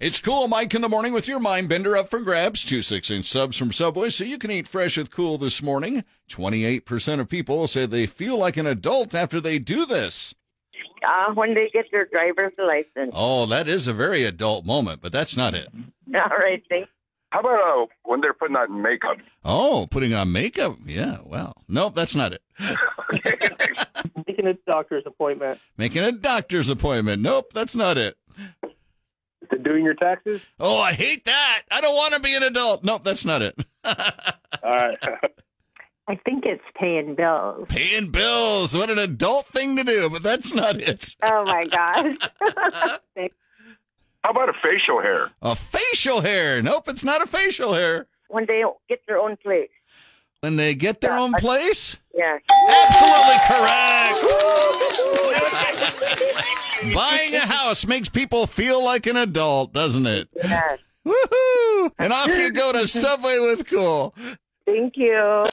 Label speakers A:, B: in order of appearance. A: It's Cool Mike in the morning with your mind bender up for grabs. Two six inch subs from Subway, so you can eat fresh with cool this morning. Twenty eight percent of people say they feel like an adult after they do this.
B: Uh, when they get their driver's license.
A: Oh, that is a very adult moment, but that's not it.
B: All right, thank
C: How about uh, when they're putting on makeup?
A: Oh, putting on makeup. Yeah, well, nope, that's not it.
D: Making a doctor's appointment.
A: Making a doctor's appointment. Nope, that's not it.
D: To doing your taxes?
A: Oh, I hate that. I don't want to be an adult. Nope, that's not it.
D: All right.
E: I think it's paying bills.
A: Paying bills. What an adult thing to do, but that's not it.
E: Oh my gosh.
C: How about a facial hair?
A: A facial hair. Nope, it's not a facial hair.
B: When they get their own place.
A: When they get their own place?
B: Yeah.
A: Absolutely correct. Buying a house makes people feel like an adult, doesn't it?
B: yeah.
A: Woohoo! And off you go to Subway with Cool.
B: Thank you.